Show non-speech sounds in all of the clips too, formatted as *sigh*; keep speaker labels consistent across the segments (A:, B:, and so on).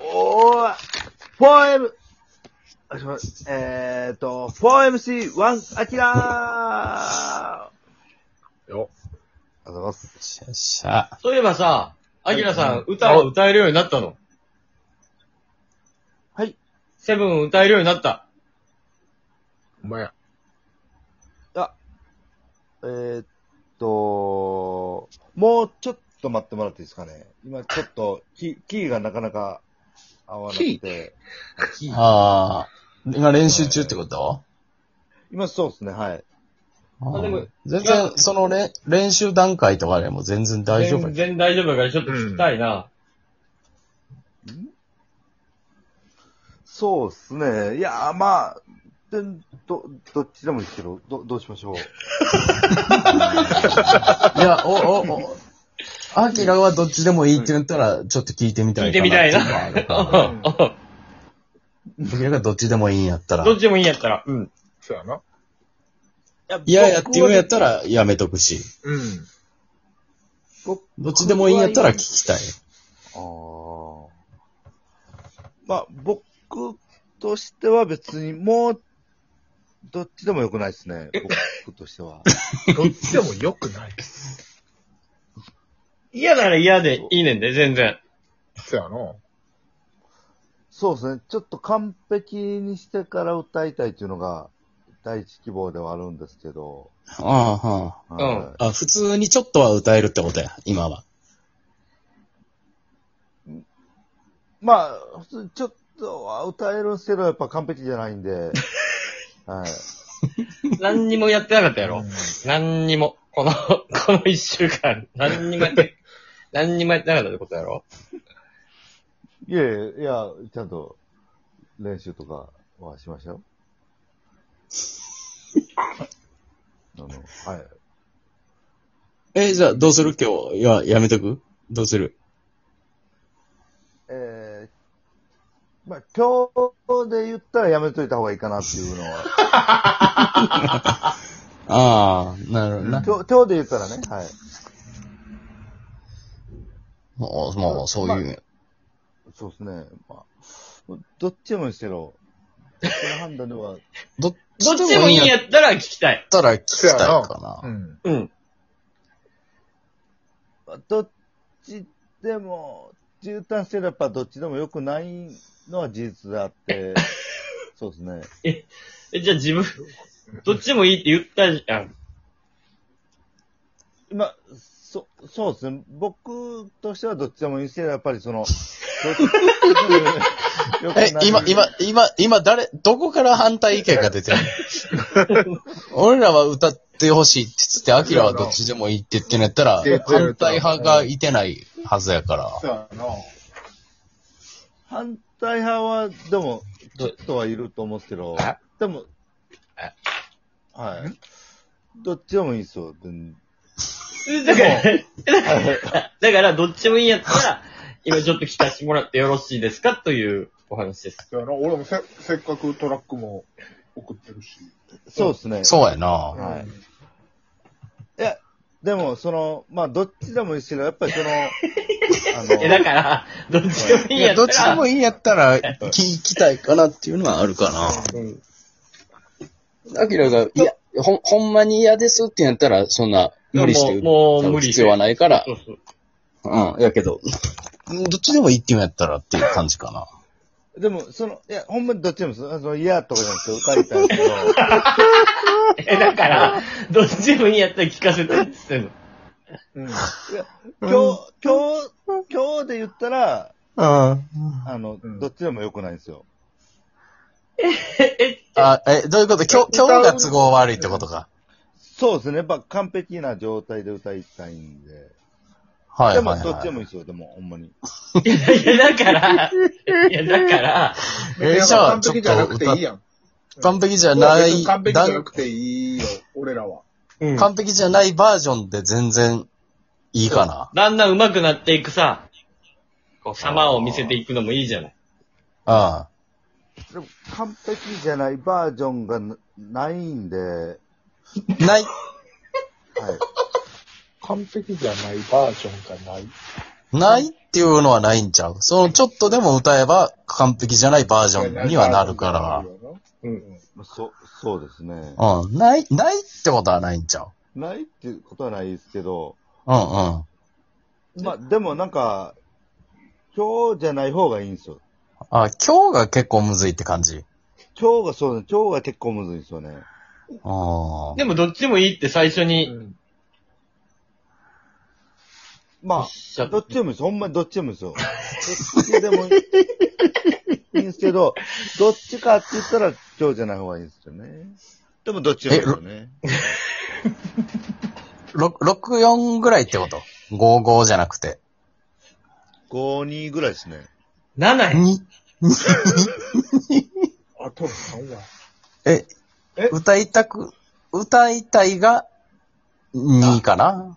A: おー、4M、あすいませんえーと、4MC1 アキラ
B: あり
C: よ。
B: がとうございます。
D: しゃしゃ。
C: そういえばさ、アキラさん、歌を歌えるようになったの。
A: はい。
C: セブンを歌えるようになった。お前や。
B: えーっと、もうちょっと待ってもらっていいですかね。今ちょっとキー、キーがなかなか合わなくて。
D: ああ。今練習中ってこと
B: 今そうですね、はい。
D: あ
C: あでも
D: ー全然、そのれん練習段階とかでも全然大丈夫
C: 全。然大丈夫だからちょっと聞きたいな。
B: そうですね。いやー、まあ、でど、どっちでもいいですけど、ど、どうしましょう。
D: いや、お、お、お、アキラはどっちでもいいって言ったら、ちょっと聞いてみたい
C: 聞いてみたいな
D: な。アキラがどっちでもいいんやったら
C: *laughs* ど。っちでもいいんやったら。
E: そうやな。
D: いやいやって言うんやったらやめとくし。
E: うん。
B: 僕
D: どっちでもいいんやったら聞きたい。
B: あーまあ、僕としては別にもう、どっちでもよくないですね。僕としては。
E: どっちでも良くない。
C: 嫌なら嫌でいいねんで、全然。
E: そうやな。
B: そうですね。ちょっと完璧にしてから歌いたいっていうのが、第一希望ではあるんですけど。
D: ああ、は
B: は
D: あ。あ、普通にちょっとは歌えるってことや、今は。
B: い、まあ、普通にちょっとは歌えるんですけど、やっぱ完璧じゃないん
C: *laughs*
B: で。はい。
C: 何にもやってなかったやろ
E: うん。
C: 何にも。この、 *laughs* この一週間、何にもや *laughs* って、何にもやってなかったってことやろ。
B: いやいや、いや、ちゃんと練習とかはしましたよ。あの、はい。
D: え、じゃあどうする今日。いや、やめとくどうする
B: えー、まあ、今日で言ったらやめといた方がいいかなっていうのは、
D: ああ、なるほどな。
B: 今日今日で言ったらね、はい。
D: もう、もう、そういうね。
B: そうですね。まあ、どっちでもいいですけど、この判断では、
D: どっ
C: どっちでもいいん
D: や
C: や
D: っ
C: ったら聞きたい。
D: たら聞きた
E: そう
D: い
E: や
D: か
E: う
D: な。
E: ん。
C: うん。
B: まあどっちでも、中短してやっぱどっちでも良くないのは事実であ
C: *laughs*
B: って、そうですね。
C: え、じゃあ自分、どっちでもいいって言ったじゃん。
B: 今、そ、そうですね。僕としてはどっちでもいいですけど、やっぱりそ
C: *laughs*
B: の、どっちでも良くない
D: え、今、今、今、今、誰、どこから反対意見が出てる *laughs* の俺らは歌ってほしいって言って、アキラはどっちでもいいって言ってんやったら、
E: 出て
D: 反
E: ると
D: 対派がいてないはずやから。
E: そうやな。
B: 反対派は、でも、ちょっとはいると思うんですけど
C: え、
B: でも
C: え、
B: はい。どっちでもいいですよ。全
C: *laughs* だから、だからどっちもいいんやったら、今ちょっと聞かせてもらってよろしいですかというお話です。
E: *laughs* そうやな。俺もせ、せっかくトラックも送ってるし。
B: そうですね。
D: そうやな。
B: はい。いや、でも、その、まあ、どっちでもいいですけど、やっぱりその、
C: *laughs*
B: あの、
C: え、だから、どっちでもいいん
D: い
C: や
D: や、
C: った
D: どっ
C: ら、
D: ちでもいいんやったら、聞きたいかなっていうのはあるかな。アキラが、いや、ほん、ほんまに嫌ですってやったら、そんな、無理して
C: もうもう無理して
D: 必要はないから
C: そ、うそう。
D: うん、やけど、どっちでもいいって言うんやったらっていう感じかな。
B: でも、その、いや、ほんまにどっちでもいいです。その、嫌とかじゃなくて歌いたいんですけど、
C: え、だから、どっちでもいいんやったら聞かせてって言ってんの。
E: うん。 *laughs*
B: 今
C: *laughs*
B: 日、今日、今日で言ったら、あの、
E: うん
B: どっちでも良くないんですよ。
C: え、え、
D: あ、え、どういうこと今日、今日が都合悪いってことか。
B: そうですね。やっぱ完璧な状態で歌いたいんで。
D: はい
B: で
D: はい、
B: も、
D: はい。
B: どっちでもいいですよ。でも、ほんまに。
C: いや、だから、いや、だから、
D: えーじゃあ、
E: 完
D: ちょ
E: 璧
D: っ
E: じゃなくて
D: と
E: いいやん。
D: 歌、完璧じゃない、
E: 完璧じゃな
D: だ
E: くていいよ。俺らは。
C: うん
D: 完璧じゃないバージョンで全然いいかな。
C: だんだん上手くなっていくさ、こう、様を見せていくのもいいじゃない。
D: あ
B: でも、完璧じゃないバージョンがなないんで、はい。
D: あ。ない、
E: 完璧じゃないバージョンがない。
D: ないっっていうのはないんちゃうそのちょっとでも歌えば完璧じゃないバージョンにはなるか
B: *laughs* そ、そうですね。
D: ら。うん。ない、ないってことはないんちゃう
B: ないっていうことはないですけど、
D: うんうん。
B: まあ、でもなんか、今日じゃない方がいいんですよ。
D: あ、今日が結構むずいって感じ。
B: 今日がそうね、今日が結構むずいんですよね。
D: あ
C: でもどっちもいいって最初
E: う
C: に
E: ん
B: ま
C: しゃ
B: あ、
C: った
B: どっちでもいいです。ほんまにどっちでもいいですよ。どっちでもいいいいんですけど、どっちかって言ったら今日じゃない方がいいんですよね。でもどっちでもいいですよね。
D: あ。ろ64ぐらいってこと ?55 じゃなくて。
B: 5、2ぐらいですね。
C: 7や。
D: に、
E: あ、トラ3は。
D: え、
E: え
D: 歌いたく、歌いたいが2かな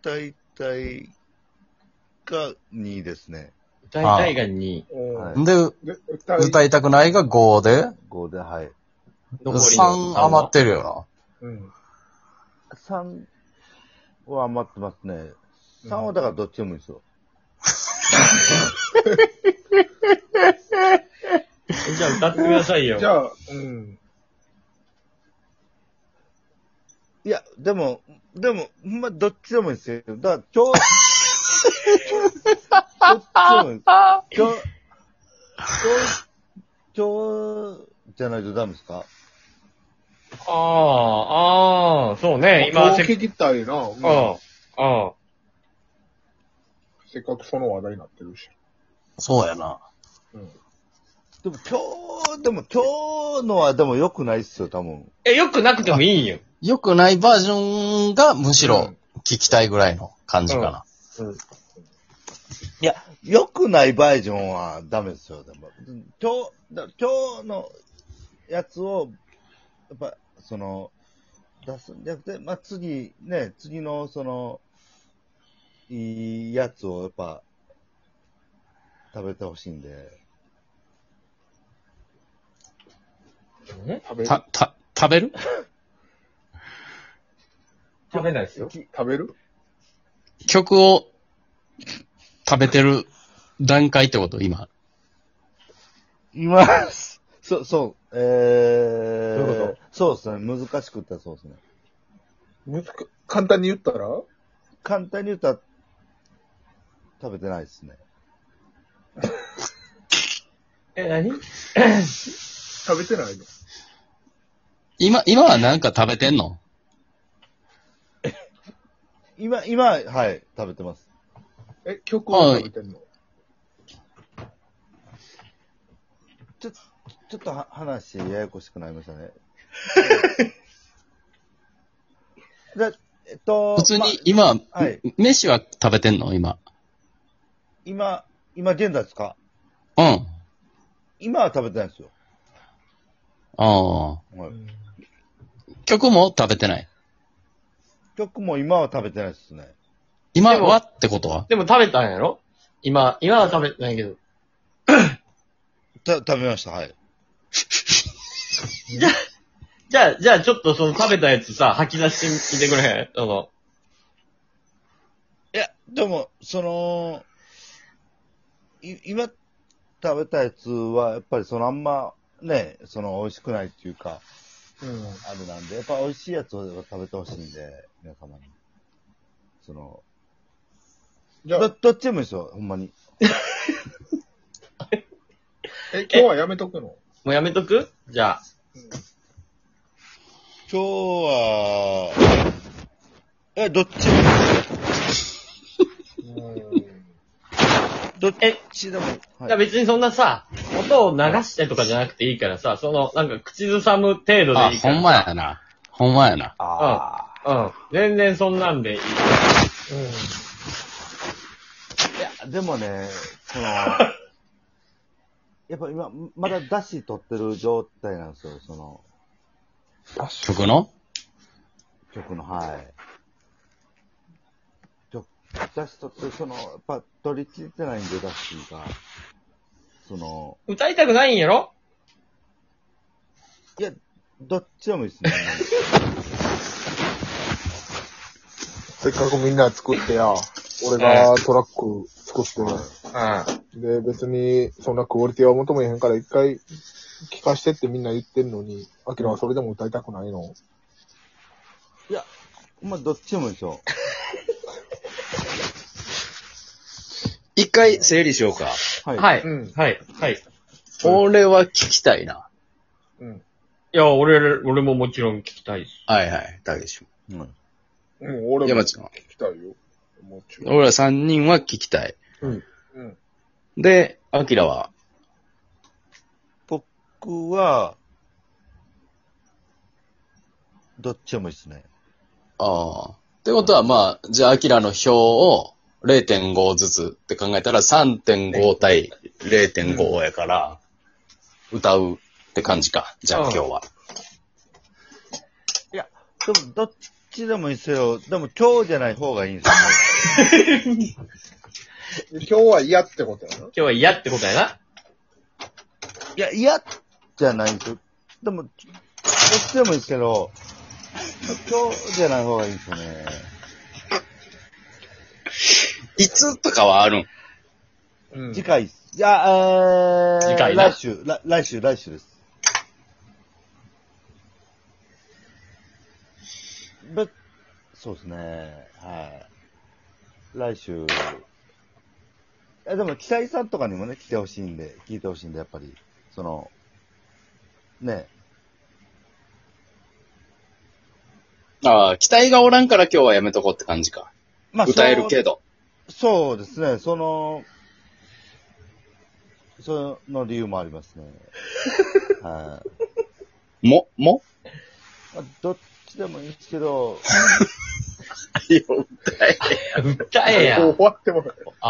B: 大体が2ですね。
C: 大体が2。
E: うん
B: はい
D: で、
E: で、歌い。
D: 歌いたくないが5で、
B: 5で、はい。
C: 残りの
D: 3余ってるよ
E: うん。
B: 3は余ってますね。3はだからどっちでもいいですよ。
C: じゃあ歌ってくださいよ。
E: じゃあ、うん。
B: いや、でも、でも、ほんまどっちでもいいですよ。だから今日、どっちでもいいです。今日、今日、今日じゃないとダメですか
C: ああ、ああ、そうね。今、
E: 今、
C: せっ
E: 聞きたいな。うん
C: ああ、ああ。
E: せっかくその話題になってるし。
D: な。そうやな。
E: うん。
B: でも今日、でも今日のはでも良くないっすよ、多分。
C: え、よくなくてもいいよ。
D: 良くないバージョンがむしろ聞きたいぐらいの感じかな。
B: 良くないバージョンはダメですよ、でも。今日、だ今日のやつを、やっぱ、その、出すんじゃなくて、まあ、次、ね、次の、その、いいやつを、やっぱ、食べてほしいんで。
E: 食べる
F: た、た、食べる
C: 食べないですよ。
E: 食べる
F: 曲を食べてる段階ってこと今。
B: います。そう、そう、えー、
E: どういうこ
B: そうですね、難しくったらそうですね。
E: むずか簡単に言ったら
B: 簡単に言ったら、食べてないですね。
C: え、何
E: 食べてないの
F: 今、今はなんか食べてんの
B: 今、今、はい、食べてます。
E: え、曲を食べてんの
B: ちょ、ちょっとは話ややこしくなりました *laughs* ね。じゃ、えっと、
F: 普通
B: ま
F: に今、
B: あはい。
F: 飯は食べてんの今。
B: 今、今現在ですか
F: うん。あ
B: 今は食べてないですよ。
F: あ。
B: はい
F: 曲も食べてない。
B: 曲も今は食べてないですね。
F: 今はってことは
C: でも食べたんやろ今、今は食べてないけど。
B: た、食べました、はい。
C: じゃあ、じゃあちょっとその食べたやつさ、吐き出してみてくれ *laughs* へんその、
B: いや、でも、その、い、今食べたやつは、やっぱりそのあんま、ね、その美味しくないっていうか、
E: うん。
B: あれなんで、やっぱ美味しいやつを食べてほしいんで、皆様に。その、
E: じゃ
B: ど
E: あ、
B: どっちでもいいですよ、ほんまに。
E: え、今日はやめとくの
C: もうやめとくじゃあ。
B: 今日は、え、どっちも、
E: うん。
B: どっ
C: え
B: ちでも。
C: じゃあ別にそんなさ、音を流してとかじゃなくていいからさ、その、なんか口ずさむ程度でいいから
F: あ、。ほんまやな。ほんまやな。
B: あ
C: うん。全然そんなんでいい。
B: あ。でもね、その、 *laughs* やっぱ今、まだ出汁取ってる状態なんですよ、その、
F: 曲の
B: 曲の、はい。曲出汁取ってる、その、やっぱ取り切ってないんで、出汁が。その、
C: 歌いたくないんやろ
B: いや、どっちでもいい *laughs* ですね。
E: せっかくみんな作ってや。俺がトラック作っ
C: う
E: て、で、別にそんなクオリティは求めへんから一回聞かしてってみんな言ってんのに、アキラはそれでも歌いたくないの。
B: まあ、どっちでもでしょ。
D: 一回整理しようか。
B: はい。
C: ん。はい。
E: うん
C: はい。はい。い
D: 俺は聞きたいな。
E: うん。
C: や、俺、俺ももちろん聞きたいです。
D: はいはい。たけしも。
B: うん
E: もう俺も
D: 山
E: 聞
D: ちゃん。
E: きたいよ。もちろん。
D: 俺ら三人は聞きたい。
E: うん。
D: で、アキラは、
B: 僕は、どっちでもいいですね。
D: ああ。ってことは、まあ、じゃあ、アキラの表を0.5ずつって考えたら3.5対0.5やから、歌うって感じか。じゃあ、
C: うん
D: 今日は。
B: でも、どっちでもいいですよ。でも、今日じゃない方がいいんですよ、
E: で今日は嫌ってことやな。
C: 今日は嫌ってことやな。
B: いや、嫌じゃないんですよ。でも、どっちでもいいですけど、今日じゃない方がいいんですよね。
D: いつとかはあるん
C: *laughs*
E: うん。
B: 次回っす、いや、えー、
C: 次回な
B: 来週、来来週、来週です。べそうですね、はい。来週、いや、でも、北井さんとかにもね、来てほしいんで、聞いてほしいんで、やっぱり、その、ね、
D: ああ、期待がおらんから今日はやめとこうって感じか。
B: ま
D: 歌えるけど。
B: そうですね、その、その理由もあります
C: *laughs*
B: ね。はい。
D: も、も
B: まあ、どっちでもいいですけど、
D: いや歌え
C: 歌えや。
E: 終わっても